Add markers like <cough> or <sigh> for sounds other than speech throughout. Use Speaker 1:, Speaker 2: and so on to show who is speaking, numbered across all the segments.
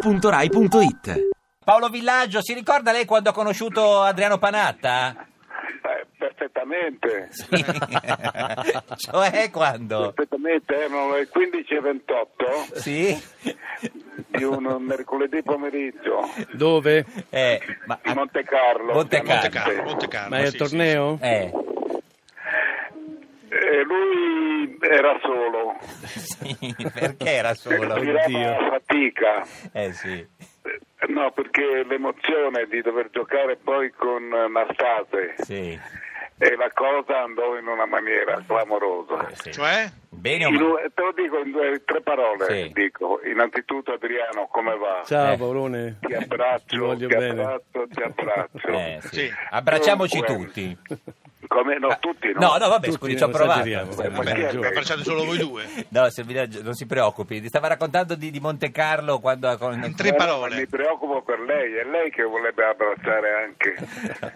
Speaker 1: radio2pod.rai.it
Speaker 2: Paolo Villaggio, si ricorda lei quando ha conosciuto Adriano Panatta?
Speaker 3: Eh, perfettamente,
Speaker 2: Sì. cioè quando?
Speaker 3: perfettamente, erano le 15.28
Speaker 2: Sì?
Speaker 3: di un mercoledì pomeriggio
Speaker 4: Dove?
Speaker 2: Eh, ma...
Speaker 3: di Monte Carlo.
Speaker 2: Monte Carlo.
Speaker 5: Monte Carlo,
Speaker 3: ovviamente.
Speaker 5: Monte
Speaker 2: Ah,
Speaker 5: Carlo.
Speaker 4: Ma è
Speaker 5: sì,
Speaker 4: il torneo?
Speaker 2: eh, <laughs>
Speaker 3: E lui era solo,
Speaker 2: sì, perché era solo?
Speaker 3: girava a fatica.
Speaker 2: Eh sì.
Speaker 3: No, perché l'emozione di dover giocare poi con Nastase
Speaker 2: Sì.
Speaker 3: e la cosa andò in una maniera clamorosa.
Speaker 2: sì.
Speaker 5: sì. Cioè?
Speaker 2: Bene o
Speaker 3: In
Speaker 2: male?
Speaker 3: due- te lo dico in due, tre parole,
Speaker 2: Sì.
Speaker 3: dico. Innanzitutto Adriano, come va?
Speaker 4: Ciao
Speaker 2: Eh.
Speaker 4: Paolone.
Speaker 3: Ti
Speaker 4: Ti
Speaker 3: abbraccio, ti
Speaker 4: voglio bene.
Speaker 3: abbraccio, ti abbraccio.
Speaker 2: <laughs> Eh, sì.
Speaker 5: Sì.
Speaker 2: Abbracciamoci
Speaker 3: Dunque.
Speaker 2: tutti.
Speaker 3: Come no, tutti no.
Speaker 2: Ah, No, no, vabbè,
Speaker 4: Tutti,
Speaker 2: scusi, ci ho
Speaker 4: non esageriamo.
Speaker 2: provato.
Speaker 4: Eh,
Speaker 3: Ma chi
Speaker 5: Vabbè,
Speaker 3: è che-
Speaker 5: abbracciate solo voi due.
Speaker 2: No, se Villaggio, non si preoccupi. Ti stava raccontando di, di Monte Carlo quando...
Speaker 5: In <laughs>
Speaker 2: con-
Speaker 3: Ma
Speaker 5: tre
Speaker 3: Eh, Mi
Speaker 5: parole.
Speaker 3: preoccupo per lei, è lei che vorrebbe abbracciare anche.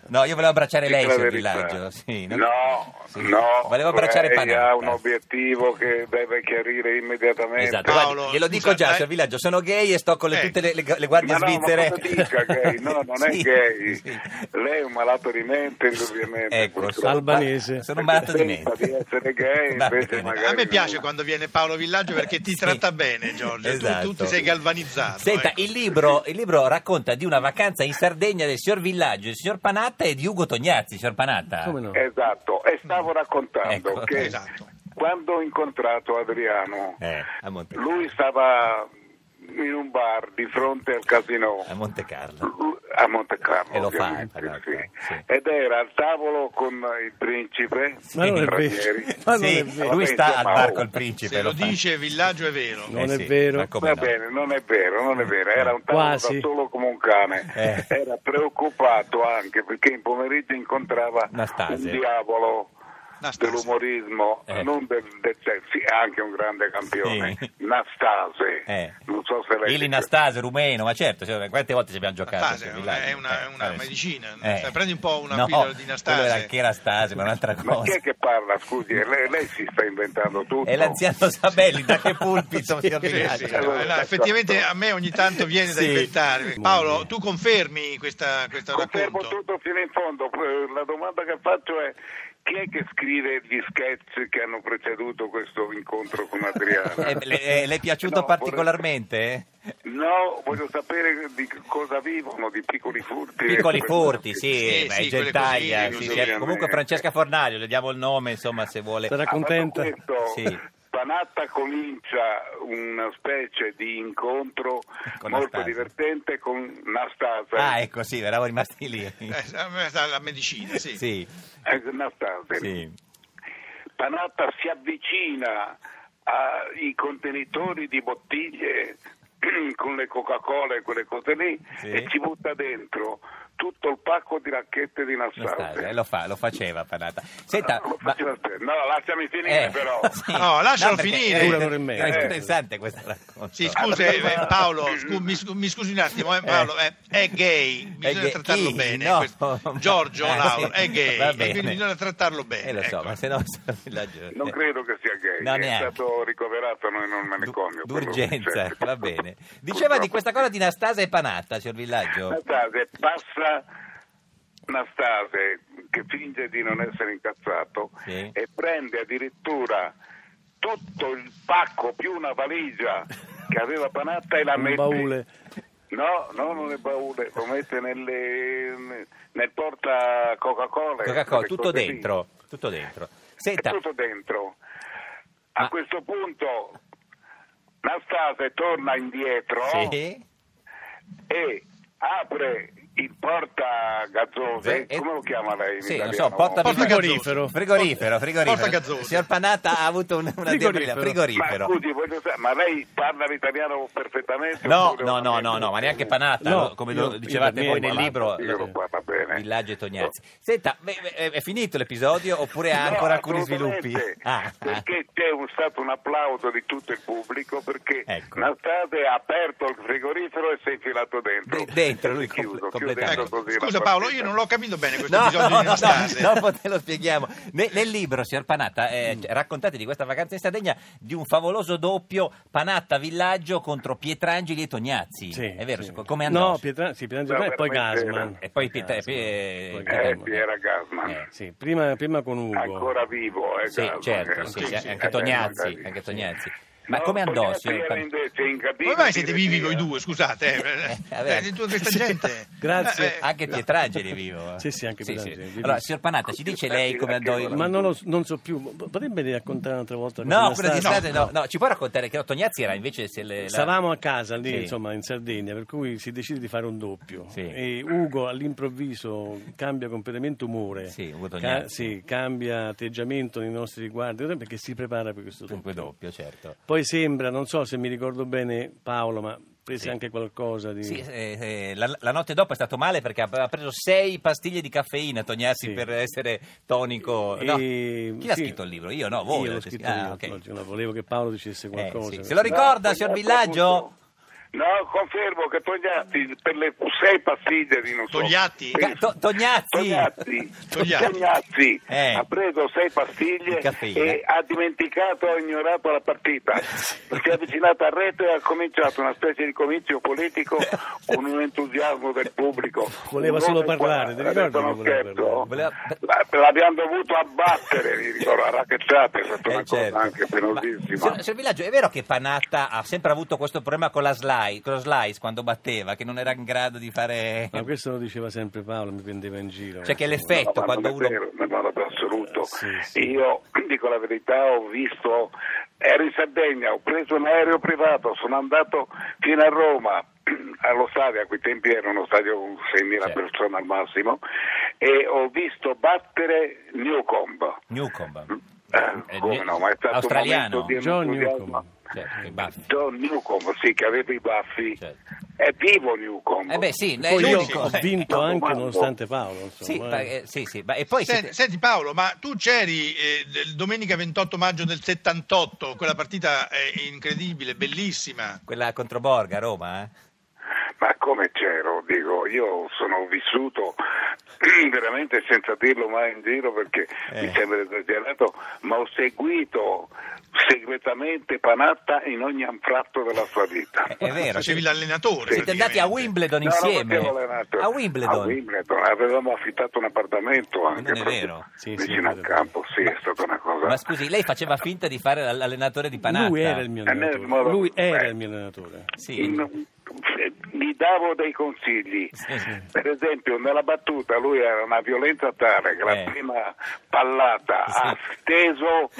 Speaker 2: No, io volevo abbracciare
Speaker 3: Dica
Speaker 2: lei,
Speaker 3: la
Speaker 2: signor
Speaker 3: verità.
Speaker 2: Villaggio. Sì, non-
Speaker 3: No,
Speaker 2: sì.
Speaker 3: no.
Speaker 2: Volevo abbracciare
Speaker 3: lei
Speaker 2: Panatta.
Speaker 3: ha un obiettivo che deve chiarire immediatamente.
Speaker 2: Esatto,
Speaker 5: Paolo,
Speaker 2: guardi, glielo dico
Speaker 5: scusa,
Speaker 2: già,
Speaker 5: eh.
Speaker 2: signor Villaggio, sono gay e sto con le-
Speaker 5: Eh.
Speaker 2: tutte le, le- le guardie
Speaker 3: Ma no, ma
Speaker 2: svizzere.
Speaker 3: cosa dica gay? No, non
Speaker 2: <laughs>
Speaker 3: è
Speaker 2: Sì,
Speaker 3: gay.
Speaker 2: sì.
Speaker 3: Lei è un malato di mente, indubbiamente.
Speaker 2: Ecco,
Speaker 3: purtroppo.
Speaker 2: sono-
Speaker 4: Albanese.
Speaker 2: Sono un malato di
Speaker 3: Pensa
Speaker 2: mente.
Speaker 3: di essere gay,
Speaker 2: Va
Speaker 3: invece
Speaker 2: bene.
Speaker 3: magari
Speaker 5: A me piace
Speaker 3: no.
Speaker 5: quando viene Paolo Villaggio perché ti
Speaker 2: Sì.
Speaker 5: tratta bene, Giorgio. Tu-
Speaker 2: Esatto.
Speaker 5: Tu, ti sei galvanizzato.
Speaker 2: Senta,
Speaker 5: ecco.
Speaker 2: il, libro, il libro racconta di una vacanza in Sardegna del signor Villaggio, il signor Panatta e di Ugo Tognazzi, signor Panatta.
Speaker 4: Come no?
Speaker 3: Esatto, e stavo raccontando
Speaker 2: Ecco,
Speaker 3: che
Speaker 5: esatto.
Speaker 3: quando ho incontrato Adriano,
Speaker 2: Eh, a Monte,
Speaker 3: lui stava in un bar di fronte al casino
Speaker 2: a Monte Carlo.
Speaker 3: a Monte Carlo
Speaker 2: Eh. E lo fa,
Speaker 3: ovviamente,
Speaker 2: tra l'altro,
Speaker 3: sì.
Speaker 2: sì.
Speaker 3: ed era al tavolo con il principe
Speaker 4: Ma non è
Speaker 3: Ranieri.
Speaker 4: vero. <laughs> Ma non
Speaker 2: sì,
Speaker 4: è vero.
Speaker 2: lui sta al
Speaker 3: Insomma,
Speaker 2: bar
Speaker 3: oh,
Speaker 2: col principe.
Speaker 5: Se lo
Speaker 2: fa. Eh,
Speaker 5: dice Villaggio è vero.
Speaker 4: No. Non è vero.
Speaker 2: ma come
Speaker 3: Va
Speaker 2: no?
Speaker 3: bene, non è vero, non è vero, era un tavolo
Speaker 4: Quasi.
Speaker 3: da solo come un cane,
Speaker 2: Eh.
Speaker 3: era preoccupato anche perché in pomeriggio incontrava
Speaker 2: Nastase.
Speaker 3: un diavolo
Speaker 5: Nastase.
Speaker 3: dell'umorismo,
Speaker 2: Eh.
Speaker 3: non del, del- cioè, sì, anche un grande campione,
Speaker 2: Sì.
Speaker 3: Nastase,
Speaker 2: Eh.
Speaker 3: non so se lei...
Speaker 2: Ili Nastase, rumeno, ma certo, cioè, quante volte ci abbiamo giocato?
Speaker 5: Nastase
Speaker 2: signor
Speaker 5: è
Speaker 2: Villaggio?
Speaker 5: una- è una-
Speaker 2: Eh,
Speaker 5: è una
Speaker 2: vabbè, sì. Eh.
Speaker 5: medicina, Nastase. Prendi un po' una
Speaker 2: no,
Speaker 5: pillola di Nastase.
Speaker 2: quello era anche Nastase, ma
Speaker 5: <laughs>
Speaker 2: un'altra
Speaker 3: Ma chi
Speaker 2: cosa.
Speaker 3: è che parla, scusi, eh, lei, lei si sta inventando tutto.
Speaker 2: È l'anziano Sabelli, da che pulpito, signor
Speaker 5: <laughs> Sì, sì,
Speaker 2: Villaggio?
Speaker 5: no, no, effettivamente a me ogni tanto viene da
Speaker 2: Esatto. Sì.
Speaker 5: inventare. Paolo, tu confermi questa, questo
Speaker 3: Confermo
Speaker 5: racconto?
Speaker 3: tutto fino in fondo. Eh, La domanda che faccio è chi è che scrive gli sketch che hanno preceduto questo incontro con Adriano?
Speaker 2: <laughs> Eh, le, eh, le è piaciuto
Speaker 3: No, vorrei-
Speaker 2: particolarmente?
Speaker 3: No, voglio sapere di cosa vivono, di piccoli furti.
Speaker 2: Piccoli
Speaker 3: Eh,
Speaker 2: furti, sì,
Speaker 5: Sì,
Speaker 2: ma
Speaker 5: sì,
Speaker 2: è
Speaker 5: quelle
Speaker 2: gentaglia.
Speaker 5: cosine,
Speaker 2: sì, sì,
Speaker 3: ovviamente.
Speaker 2: comunque Francesca Fornario, le diamo il nome, insomma, se vuole.
Speaker 4: Sarà
Speaker 3: Ah, ma
Speaker 4: contenta?
Speaker 3: per questo,
Speaker 2: Sì.
Speaker 3: Panatta comincia una specie di incontro
Speaker 2: Con
Speaker 3: molto
Speaker 2: Nastase.
Speaker 3: divertente con Nastase.
Speaker 2: Ah, ecco, sì, eravamo rimasti lì.
Speaker 5: Eh, a me sta la medicina, sì.
Speaker 2: Sì,
Speaker 3: Eh, Nastase.
Speaker 2: sì.
Speaker 3: Panatta si avvicina ai contenitori di bottiglie <clears throat> con le Coca-Cola e quelle cose lì
Speaker 2: Sì.
Speaker 3: e ci butta dentro tutto il pacco di racchette di
Speaker 2: Nastase, eh,
Speaker 3: Nastase.
Speaker 2: lo fa, lo faceva Panata. Senta,
Speaker 3: No, lo
Speaker 2: ma...
Speaker 3: faccio da te. No, lasciami finire
Speaker 2: eh,
Speaker 3: però.
Speaker 2: <laughs> sì.
Speaker 5: No, lascialo
Speaker 2: perché
Speaker 5: finire.
Speaker 2: È,
Speaker 4: Dura un'ora e mezza.
Speaker 2: è
Speaker 3: Eh.
Speaker 2: interessante questo racconto.
Speaker 5: Sì, scusa eh, Paolo, scu- mi, scu- mi scusi un attimo, eh, Paolo, eh, è gay, bisogna
Speaker 2: gay.
Speaker 5: trattarlo
Speaker 2: Chi?
Speaker 5: bene.
Speaker 2: No.
Speaker 5: questo-
Speaker 2: <laughs>
Speaker 5: Giorgio
Speaker 2: Ah,
Speaker 5: Lauro
Speaker 2: sì.
Speaker 5: è gay,
Speaker 2: Va
Speaker 5: e quindi
Speaker 2: bene.
Speaker 5: bisogna trattarlo bene.
Speaker 2: Eh, lo so,
Speaker 5: ecco.
Speaker 2: ma se no... sono villaggio-
Speaker 3: Non
Speaker 2: eh,
Speaker 3: credo che sia gay,
Speaker 2: No,
Speaker 3: è
Speaker 2: neanche.
Speaker 3: stato ricoverato in un manicomio.
Speaker 2: Du-
Speaker 3: quello
Speaker 2: D'urgenza, ecco,
Speaker 3: che c'è.
Speaker 2: va
Speaker 3: <laughs>
Speaker 2: bene. Diceva di questa cosa di Nastase e Panatta, signor Villaggio.
Speaker 3: Nastase passa Nastase che finge di non essere incazzato
Speaker 2: Sì.
Speaker 3: e prende addirittura tutto il pacco più una valigia che aveva Panatta e la
Speaker 4: Un
Speaker 3: mette
Speaker 4: baule.
Speaker 3: No, no, non è baule, lo mette nelle, nel porta Coca-Cola.
Speaker 2: Coca-Cola,
Speaker 3: quelle
Speaker 2: tutto
Speaker 3: cose lì.
Speaker 2: dentro, tutto dentro.
Speaker 3: È
Speaker 2: Senta,
Speaker 3: tutto dentro. A
Speaker 2: Ma-
Speaker 3: questo punto Nastase torna indietro
Speaker 2: sì,
Speaker 3: e apre il porta gazzose,
Speaker 2: Sì, e-
Speaker 3: come lo chiama lei? in
Speaker 2: Sì, non
Speaker 3: italiano?
Speaker 2: so, porta-
Speaker 5: Porta Gazzoso.
Speaker 4: Frigorifero.
Speaker 2: frigorifero,
Speaker 5: Porta
Speaker 2: frigorifero.
Speaker 5: Gazzoso.
Speaker 2: Signor Panatta ha avuto un- una
Speaker 4: Frigorifero.
Speaker 2: debrina,
Speaker 3: Ma
Speaker 2: frigorifero.
Speaker 3: scusi, voglio sa- ma lei parla l'italiano perfettamente?
Speaker 2: No,
Speaker 3: oppure
Speaker 2: no, no,
Speaker 3: veramente?
Speaker 2: no, no, ma neanche Panatta,
Speaker 4: No,
Speaker 2: lo- come lo
Speaker 4: io-
Speaker 2: dicevate
Speaker 4: io
Speaker 2: voi
Speaker 4: per
Speaker 2: nel
Speaker 4: me
Speaker 2: libro.
Speaker 3: Io lo guardo bene.
Speaker 2: Villaggio e Tognazzi. Senta, beh, beh, è, finito l'episodio oppure ha
Speaker 3: No,
Speaker 2: ancora alcuni sviluppi?
Speaker 3: assolutamente,
Speaker 2: Ah, ah,
Speaker 3: Perché c'è un- stato un applauso di tutto il pubblico perché
Speaker 2: Ecco.
Speaker 3: Nastase ha aperto il frigorifero e si è infilato dentro.
Speaker 2: De- dentro lui
Speaker 3: chiuso,
Speaker 2: com- completando.
Speaker 5: Ecco,
Speaker 3: Così la
Speaker 5: scusa Paolo,
Speaker 3: partita.
Speaker 5: io non l'ho capito bene questo
Speaker 2: No,
Speaker 5: episodio
Speaker 2: no,
Speaker 5: di
Speaker 2: no,
Speaker 5: Nostase.
Speaker 2: no, dopo te lo spieghiamo. Ne- nel libro, signor Panatta, eh, cioè, raccontate di questa vacanza in Sardegna di un favoloso doppio Panatta-Villaggio contro Pietrangeli e Tognazzi.
Speaker 1: Sì,
Speaker 2: è vero,
Speaker 1: sì.
Speaker 2: come andò?
Speaker 1: No, Pietran- sì, Pietran-
Speaker 3: No,
Speaker 1: e poi
Speaker 3: veramente era-
Speaker 1: Gasman.
Speaker 2: E poi Pietran-
Speaker 1: Gasman,
Speaker 2: eh,
Speaker 1: poi
Speaker 2: eh,
Speaker 3: Eh,
Speaker 1: Gasman.
Speaker 3: Piera Gasman,
Speaker 1: Eh, sì, prima, prima con Ugo.
Speaker 3: ancora vivo. Eh,
Speaker 2: Sì,
Speaker 3: Gasman,
Speaker 2: certo,
Speaker 3: eh.
Speaker 2: sì, sì,
Speaker 5: sì,
Speaker 2: anche
Speaker 3: eh,
Speaker 2: Tognazzi,
Speaker 3: magari.
Speaker 2: anche Tognazzi. Ma
Speaker 3: No,
Speaker 2: come andò,
Speaker 3: Tognazzi
Speaker 2: signor
Speaker 3: era
Speaker 2: Pan-
Speaker 3: invece in cabina
Speaker 5: Come mai
Speaker 3: di
Speaker 5: siete vivi
Speaker 3: regia.
Speaker 5: voi due, scusate? eh,
Speaker 2: <laughs> Eh, vabbè. Ah,
Speaker 5: eh, di tutta questa gente.
Speaker 1: Grazie.
Speaker 5: Eh,
Speaker 2: Anche Pietrangeli è vivo. eh.
Speaker 1: Sì, sì, anche Pietrangeli, vivo.
Speaker 2: Allora, signor Panatta, ci dice lei come andò il...
Speaker 1: Ma non, lo, non so più, P- potrebbe raccontare un'altra volta?
Speaker 2: No,
Speaker 1: cosa
Speaker 2: quella di
Speaker 1: è stato?
Speaker 2: estate no, no, ci può raccontare che no, Tognazzi era invece se le- Eh, la-
Speaker 1: Stavamo a casa lì,
Speaker 2: Sì.
Speaker 1: insomma, in Sardegna, per cui si decide di fare un doppio.
Speaker 2: Sì.
Speaker 1: E Ugo all'improvviso cambia completamente umore,
Speaker 2: Sì, Ugo Tognazzi.
Speaker 1: sì, cambia atteggiamento nei nostri riguardi, perché si prepara per questo doppio.
Speaker 2: Dunque doppio, certo.
Speaker 1: Poi sembra, non so se mi ricordo bene Paolo, ma prese
Speaker 2: Sì.
Speaker 1: anche qualcosa di...
Speaker 2: Sì, eh, eh, la, la notte dopo è stato male perché aveva preso sei pastiglie di caffeina, Tognazzi,
Speaker 1: Sì.
Speaker 2: per essere tonico. No.
Speaker 1: E-
Speaker 2: Chi l'ha
Speaker 1: sì.
Speaker 2: scritto il libro? Io no, voi
Speaker 1: Io l'ho
Speaker 2: l'avete
Speaker 1: scritto
Speaker 2: scritto.
Speaker 1: io,
Speaker 2: Ah, ok. Eh,
Speaker 1: oggi, no, volevo che Paolo dicesse qualcosa.
Speaker 2: sì. Se lo ric- Ricorda,
Speaker 3: No,
Speaker 2: signor
Speaker 3: a questo
Speaker 2: Villaggio?
Speaker 3: punto- No, confermo che Togliatti per le sei pastiglie di non so.
Speaker 5: Togliatti?
Speaker 2: Ca- To- Tognazzi!
Speaker 3: Togliatti,
Speaker 5: Togliatti.
Speaker 3: Togliatti
Speaker 2: Eh.
Speaker 3: ha preso sei
Speaker 2: Di
Speaker 3: pastiglie
Speaker 2: caffeina.
Speaker 3: e ha dimenticato e ignorato la
Speaker 1: <laughs>
Speaker 3: partita. si è avvicinata a rete e ha cominciato una specie di comizio
Speaker 1: <laughs>
Speaker 3: politico con un entusiasmo del pubblico.
Speaker 1: Voleva
Speaker 3: Un
Speaker 1: solo
Speaker 3: uomo in
Speaker 1: parlare, ti
Speaker 3: quaranta,
Speaker 1: ricordi
Speaker 3: adesso
Speaker 1: che voleva
Speaker 3: non scherzo.
Speaker 2: Voleva-
Speaker 3: La- L'abbiamo dovuto abbattere, mi ricordo, a racchettate, è stata
Speaker 2: Eh,
Speaker 3: una
Speaker 2: certo.
Speaker 3: cosa anche
Speaker 2: Ma,
Speaker 3: penosissima.
Speaker 2: signor- signor Villaggio, è vero che Panatta ha sempre avuto questo problema con la slice, con lo slice quando batteva, che non era in grado di fare...
Speaker 1: Ma questo lo diceva sempre Paolo, mi prendeva in giro.
Speaker 2: Cioè che
Speaker 1: insomma.
Speaker 2: l'effetto-
Speaker 3: No, ma
Speaker 2: quando
Speaker 3: non è
Speaker 2: uno- Eh,
Speaker 3: vero, nel modo più assoluto.
Speaker 1: Sì, sì.
Speaker 3: Io <clears throat> dico la verità, ho visto, ero in Sardegna, ho preso un aereo privato, sono andato fino a Roma, <clears throat> allo stadio, a quei tempi era uno stadio con 6.000
Speaker 2: Certo.
Speaker 3: persone al massimo, e ho visto battere Newcomb.
Speaker 2: Newcomb.
Speaker 3: Eh, come no, ma è stato
Speaker 2: australiano.
Speaker 3: un momento di
Speaker 1: John
Speaker 3: entusiasmo.
Speaker 1: Newcomb.
Speaker 2: Certo, che baffi.
Speaker 3: John Newcomb, sì, che aveva i baffi.
Speaker 2: Certo.
Speaker 3: È vivo Newcomb.
Speaker 2: Eh beh sì, è
Speaker 1: Poi io
Speaker 2: l'unico. <laughs>
Speaker 1: ho
Speaker 2: eh.
Speaker 1: vinto
Speaker 3: Eh.
Speaker 1: anche nonostante Paolo. Insomma,
Speaker 2: Sì,
Speaker 1: eh.
Speaker 2: ma, eh, sì, sì, ma- e poi
Speaker 5: Sen-
Speaker 2: siete-
Speaker 5: Senti Paolo, ma tu c'eri eh, del- domenica 28 maggio del 78, quella partita eh, incredibile, bellissima.
Speaker 2: quella contro Borga a Roma, eh?
Speaker 3: Ma come c'ero? Dico, io sono vissuto <clears throat> veramente senza dirlo mai in giro perché
Speaker 2: Eh.
Speaker 3: mi sembra esagerato, ma ho seguito segretamente Panatta in ogni anfratto della sua vita.
Speaker 2: Eh, È- è vero. siete-
Speaker 5: Facevi l'allenatore.
Speaker 2: Siete andati a Wimbledon
Speaker 3: No, non
Speaker 2: insieme.
Speaker 3: facevo allenato.
Speaker 2: a Wimbledon.
Speaker 3: A Wimbledon. avevamo affittato un appartamento anche
Speaker 2: non è
Speaker 3: proprio
Speaker 2: vero.
Speaker 1: Sì, sì,
Speaker 3: vicino
Speaker 1: è
Speaker 3: al
Speaker 1: vero.
Speaker 3: campo, sì, è stata una cosa.
Speaker 2: Ma scusi, lei faceva finta di fare l'all- l'allenatore di Panatta.
Speaker 1: Lui era il mio
Speaker 3: Eh, nel modo-
Speaker 1: allenatore. Lui era
Speaker 3: eh.
Speaker 1: il mio allenatore.
Speaker 2: Sì.
Speaker 3: No, gli davo dei consigli
Speaker 2: Sì, sì.
Speaker 3: per esempio nella battuta lui era una violenza tale che
Speaker 2: Eh.
Speaker 3: la prima pallata
Speaker 2: Sì.
Speaker 3: ha steso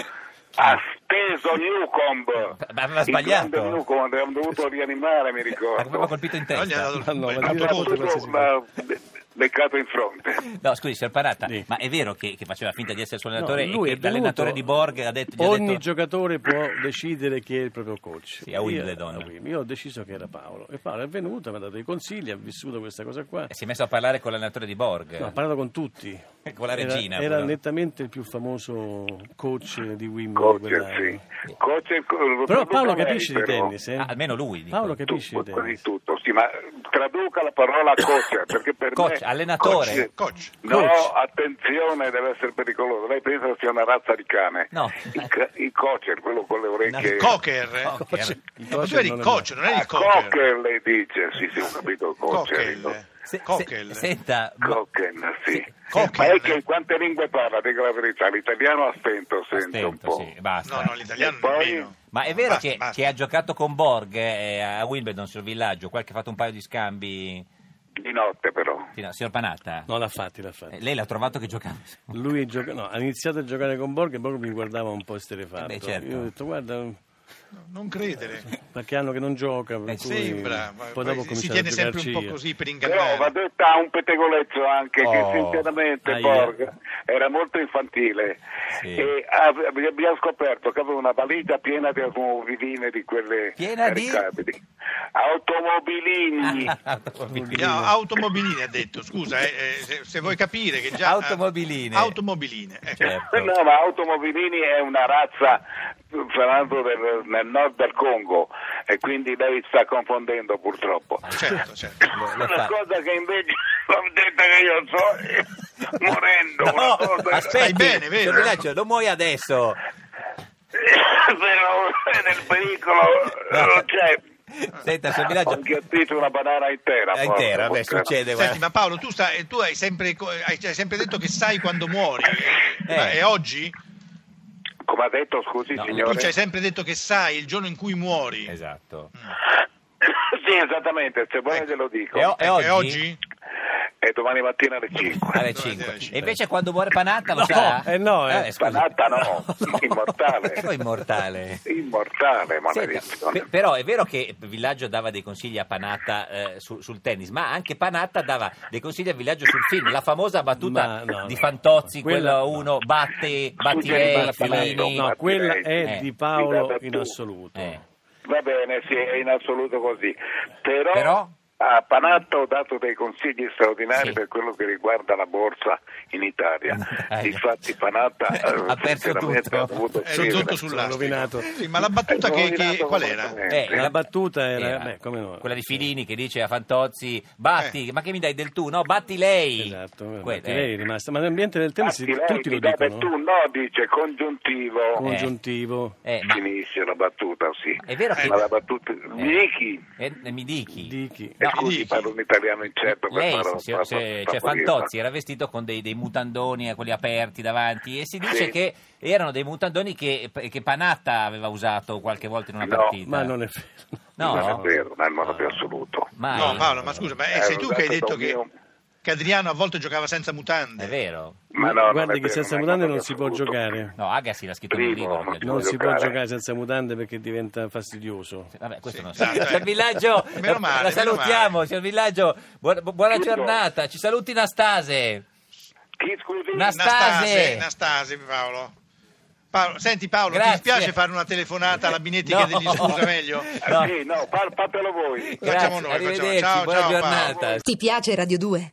Speaker 3: ha steso Newcomb
Speaker 2: Ma aveva
Speaker 3: Il
Speaker 2: sbagliato. Eh,
Speaker 3: grande Newcomb abbiamo dovuto rianimare mi
Speaker 2: Ma come l'ha
Speaker 3: ricordo
Speaker 2: colpito in
Speaker 5: No, gli
Speaker 2: testa?
Speaker 5: ha dato-
Speaker 1: Ma no,
Speaker 5: beh,
Speaker 1: ma
Speaker 5: ha
Speaker 1: dire
Speaker 5: dato-
Speaker 1: la voce-
Speaker 3: soprattutto l'ha beccato in fronte
Speaker 2: No, scusi, signor Panatta,
Speaker 1: Sì.
Speaker 2: ma è vero che, che faceva finta di essere il suo
Speaker 1: No,
Speaker 2: allenatore
Speaker 1: lui
Speaker 2: e
Speaker 1: è
Speaker 2: che l'allenatore
Speaker 1: venuto-
Speaker 2: di Borg ha detto... gli ha
Speaker 1: ogni
Speaker 2: detto-
Speaker 1: giocatore può decidere chi è il proprio coach.
Speaker 2: Sì, a Wimbledon.
Speaker 1: Io, a Wimbledon. Io ho deciso che era Paolo. E Paolo è venuto, mi ha dato dei consigli, ha vissuto questa cosa qua.
Speaker 2: E eh, si è messo a parlare con l'allenatore di Borg.
Speaker 1: No, ha parlato con tutti.
Speaker 2: certo. Eh, Con la
Speaker 1: Era-
Speaker 2: regina,
Speaker 1: Era,
Speaker 2: però.
Speaker 1: nettamente il più famoso coach di Wimbledon.
Speaker 3: Coach, sì.
Speaker 1: quell'anno.
Speaker 3: Coach,
Speaker 1: Però Paolo
Speaker 3: Roberto
Speaker 1: capisce di
Speaker 3: Gaetti, però.
Speaker 1: tennis, eh?
Speaker 2: Ah, almeno lui, dico.
Speaker 1: Paolo capisce
Speaker 3: tutto,
Speaker 1: di
Speaker 3: di
Speaker 1: tennis.
Speaker 3: tutto, sì, ma traduca la parola coach, perché per
Speaker 2: Coach,
Speaker 3: me-
Speaker 2: allenatore.
Speaker 5: Coach.
Speaker 3: No,
Speaker 1: Coach.
Speaker 3: attenzione, deve essere pericoloso. Lei pensa sia una razza di cane.
Speaker 2: No.
Speaker 3: Il, ca- il coacher, quello con le orecchie.
Speaker 2: No,
Speaker 5: Cocker. eh?
Speaker 2: Cocker.
Speaker 1: Il
Speaker 5: Ma tu
Speaker 1: coach
Speaker 5: eri
Speaker 1: non è-
Speaker 5: coach, non eri
Speaker 3: Ah,
Speaker 5: il cocker.
Speaker 3: cocker, lei dice. Sì, sì, ho capito, coacher.
Speaker 5: Cocker.
Speaker 2: Se- se-
Speaker 5: Cocker.
Speaker 2: senta, ma-
Speaker 3: Cocken, sì.
Speaker 5: Cocker.
Speaker 3: Ma è che in quante lingue parla, dico la verità, l'italiano a stento sento un
Speaker 2: Attento,
Speaker 3: po'.
Speaker 2: sì, basta.
Speaker 5: No, no, l'italiano
Speaker 3: E poi-
Speaker 5: nemmeno.
Speaker 2: Ma è vero
Speaker 5: Basta,
Speaker 2: che,
Speaker 5: basta.
Speaker 2: che ha giocato con Borg eh, a Wimbledon sul villaggio, qualche ha fatto un paio di scambi,
Speaker 3: Di notte però.
Speaker 2: Sì, no, signor Panatta?
Speaker 1: No, l'ha fatti, l'ha fatti.
Speaker 2: eh, Lei l'ha trovato che giocava?
Speaker 1: Lui gioca- no, ha iniziato a giocare con Borg e Borg mi guardava un po' esterefatto.
Speaker 2: Eh beh, certo.
Speaker 1: Io ho detto, guarda,
Speaker 5: Non credere.
Speaker 1: qualche anno che non gioca, per
Speaker 2: Eh,
Speaker 1: cui
Speaker 5: Sembra. ma
Speaker 1: poi dopo ho
Speaker 5: poi si
Speaker 1: cominciato
Speaker 5: tiene
Speaker 1: a
Speaker 5: sempre
Speaker 1: giocarci
Speaker 5: un po'
Speaker 1: io.
Speaker 5: così per
Speaker 3: Però va
Speaker 5: ingannare.
Speaker 3: detta un pettegolezzo anche che
Speaker 2: Oh,
Speaker 3: sinceramente
Speaker 1: aia.
Speaker 3: Borg era molto infantile
Speaker 2: Sì.
Speaker 3: e av- abbiamo scoperto che aveva una valigia piena di automobiline di quelle
Speaker 2: Piena di? Ah.
Speaker 3: caricabili. Automobilini.
Speaker 2: Automobilini.
Speaker 5: No, automobiline ha detto, scusa, eh, eh, se, se vuoi capire che già... eh,
Speaker 2: Automobiline.
Speaker 5: Automobiline, ecco.
Speaker 2: Certo.
Speaker 3: No, ma automobilini è una razza, parlando del- nel nord del Congo, e quindi lei sta confondendo purtroppo.
Speaker 5: Certo,
Speaker 2: <laughs>
Speaker 5: certo.
Speaker 2: Lo- lo
Speaker 3: Una
Speaker 2: fa.
Speaker 3: cosa che invece <laughs> l'ho detta che io so, eh, morendo,
Speaker 2: No,
Speaker 3: una cosa
Speaker 2: aspetti,
Speaker 5: Stai bene, vero?
Speaker 2: signor Bilancio, non muoia adesso.
Speaker 3: <laughs> però nel pericolo non c'è.
Speaker 2: Senta, signor
Speaker 3: Ho
Speaker 2: Bilancio,
Speaker 3: inghiottito una banana intera.
Speaker 2: è Eh,
Speaker 3: porca
Speaker 2: intera, vabbè,
Speaker 3: puttana.
Speaker 2: succede.
Speaker 5: Oh,
Speaker 2: guarda.
Speaker 5: Senti, ma Paolo, tu, stai- tu hai, sempre, co- eh, hai hai sempre detto che sai quando muori.
Speaker 2: Eh.
Speaker 5: Ma è oggi?
Speaker 3: Come ha detto, scusi
Speaker 2: No,
Speaker 5: Tu
Speaker 3: signore.
Speaker 5: ci hai sempre detto che sai il giorno in cui muori.
Speaker 2: Esatto.
Speaker 3: <laughs> Sì, esattamente, se
Speaker 2: Eh,
Speaker 3: vuole te lo dico.
Speaker 2: E o-
Speaker 5: Ecco,
Speaker 2: oggi?
Speaker 5: È oggi?
Speaker 3: E domani mattina alle 5.
Speaker 2: Alle
Speaker 5: Dove
Speaker 2: 5.
Speaker 5: deve
Speaker 2: E
Speaker 5: uscire?
Speaker 2: invece quando muore Panatta lo
Speaker 1: No,
Speaker 2: sa?
Speaker 1: eh no, eh.
Speaker 2: scusi. <laughs>
Speaker 3: Panatta no, immortale.
Speaker 2: Come immortale?
Speaker 3: Immortale,
Speaker 2: Senta,
Speaker 3: maledizione.
Speaker 2: pe- però è vero che Villaggio dava dei consigli a Panatta eh, su- sul tennis, ma anche Panatta dava dei consigli a Villaggio sul film, la famosa battuta
Speaker 1: Ma no,
Speaker 2: di
Speaker 1: no.
Speaker 2: Fantozzi, quella,
Speaker 1: Quella no.
Speaker 2: uno batte, batti eh,
Speaker 3: Suggeriva
Speaker 2: lei,
Speaker 3: la Panatta,
Speaker 2: Fellini.
Speaker 3: no.
Speaker 1: Eh, No, quella è
Speaker 2: Eh.
Speaker 1: di Paolo
Speaker 3: Guida da
Speaker 1: in
Speaker 3: tu.
Speaker 1: assoluto.
Speaker 2: Eh.
Speaker 3: Va bene, sì, è in assoluto così. Però,
Speaker 2: Però?
Speaker 3: a Panatta ho dato dei consigli straordinari
Speaker 2: Sì.
Speaker 3: per quello che riguarda la borsa
Speaker 2: <laughs>
Speaker 3: in Italia.
Speaker 2: In Italia.
Speaker 3: Infatti Panatta eh,
Speaker 2: Eh, Ha perso
Speaker 3: sinceramente,
Speaker 2: tutto.
Speaker 3: ha dovuto Eh,
Speaker 5: È
Speaker 3: scrivere.
Speaker 5: Eh, tutto sull'astico.
Speaker 1: rovinato.
Speaker 5: Sì, ma la battuta
Speaker 3: È
Speaker 5: che,
Speaker 3: rovinato
Speaker 5: che- qual era?
Speaker 3: completamente.
Speaker 2: Eh,
Speaker 1: La battuta era- beh, come no.
Speaker 2: quella di Filini che dice a Fantozzi batti,
Speaker 3: Eh.
Speaker 2: ma che mi dai del tu? No, batti lei.
Speaker 1: Esatto,
Speaker 2: Que-
Speaker 1: infatti
Speaker 2: eh.
Speaker 1: lei è rimasta. Ma nell'ambiente del tennis
Speaker 3: Infatti lei
Speaker 1: tutti
Speaker 3: ti
Speaker 1: lo
Speaker 3: dà per
Speaker 1: dicono.
Speaker 3: tu no, dice congiuntivo.
Speaker 1: Congiuntivo.
Speaker 2: Eh, ma Eh.
Speaker 3: Finisce la battuta, sì.
Speaker 2: È vero che-
Speaker 3: Eh, Ma la battuta... Michi,
Speaker 2: eh, eh, mi dichi.
Speaker 1: Di chi?
Speaker 2: No,
Speaker 3: scusi,
Speaker 5: Michi.
Speaker 3: parlo un italiano incerto Certo, per
Speaker 2: Lei,
Speaker 3: fare un
Speaker 2: signor-
Speaker 3: fatto-
Speaker 2: se-
Speaker 3: fatto
Speaker 2: cioè
Speaker 3: dire.
Speaker 2: Fantozzi, era vestito con dei, dei mutandoni, eh, quelli aperti davanti, e si dice
Speaker 3: Sì.
Speaker 2: che erano dei mutandoni che, che Panatta aveva usato qualche volta in una
Speaker 3: No,
Speaker 2: partita.
Speaker 1: Ma non è vero.
Speaker 2: No?
Speaker 3: Non è vero, nel modo
Speaker 2: No.
Speaker 3: più assoluto.
Speaker 2: Mai.
Speaker 5: No, Paolo, ma scusa, ma eh,
Speaker 3: Eh,
Speaker 5: sei tu che hai
Speaker 3: usato
Speaker 5: detto
Speaker 3: da un
Speaker 5: che,
Speaker 3: mio-
Speaker 5: che Adriano a volte giocava senza mutande.
Speaker 2: È vero.
Speaker 3: Ma no, non è
Speaker 1: Guardi che
Speaker 3: vero,
Speaker 1: senza
Speaker 3: è
Speaker 1: mutande
Speaker 3: proprio
Speaker 1: non si può
Speaker 3: assoluto.
Speaker 1: giocare.
Speaker 2: No, Agassi l'ha scritto nel
Speaker 3: Primo,
Speaker 2: libro.
Speaker 3: non
Speaker 2: che-
Speaker 1: Non
Speaker 3: può
Speaker 1: si può
Speaker 3: giocare.
Speaker 1: giocare senza mutande perché diventa fastidioso.
Speaker 2: Vabbè, questo
Speaker 5: Sì,
Speaker 2: non
Speaker 5: esatto,
Speaker 2: so.
Speaker 5: eh.
Speaker 2: Signor Villaggio,
Speaker 5: Meno
Speaker 2: la-
Speaker 5: male,
Speaker 2: la
Speaker 5: meno
Speaker 2: salutiamo, signor Villaggio, buona, buona
Speaker 3: Chiudo.
Speaker 2: giornata, ci saluti Nastase.
Speaker 3: Chi scusi?
Speaker 2: Nas- Nastase.
Speaker 5: Nastase, Nastase, Paolo. Paolo- Senti Paolo,
Speaker 2: Grazie.
Speaker 5: ti dispiace fare una telefonata alla Binetti che
Speaker 2: No.
Speaker 5: degli scusa meglio?
Speaker 2: <laughs>
Speaker 3: Ah, sì, no, fa- fatelo voi.
Speaker 5: Facciamo
Speaker 2: Grazie,
Speaker 5: noi, facciamo.
Speaker 2: arrivederci,
Speaker 5: Ciao,
Speaker 2: buona
Speaker 5: ciao, Paolo.
Speaker 2: giornata.
Speaker 4: Ti piace Radio 2?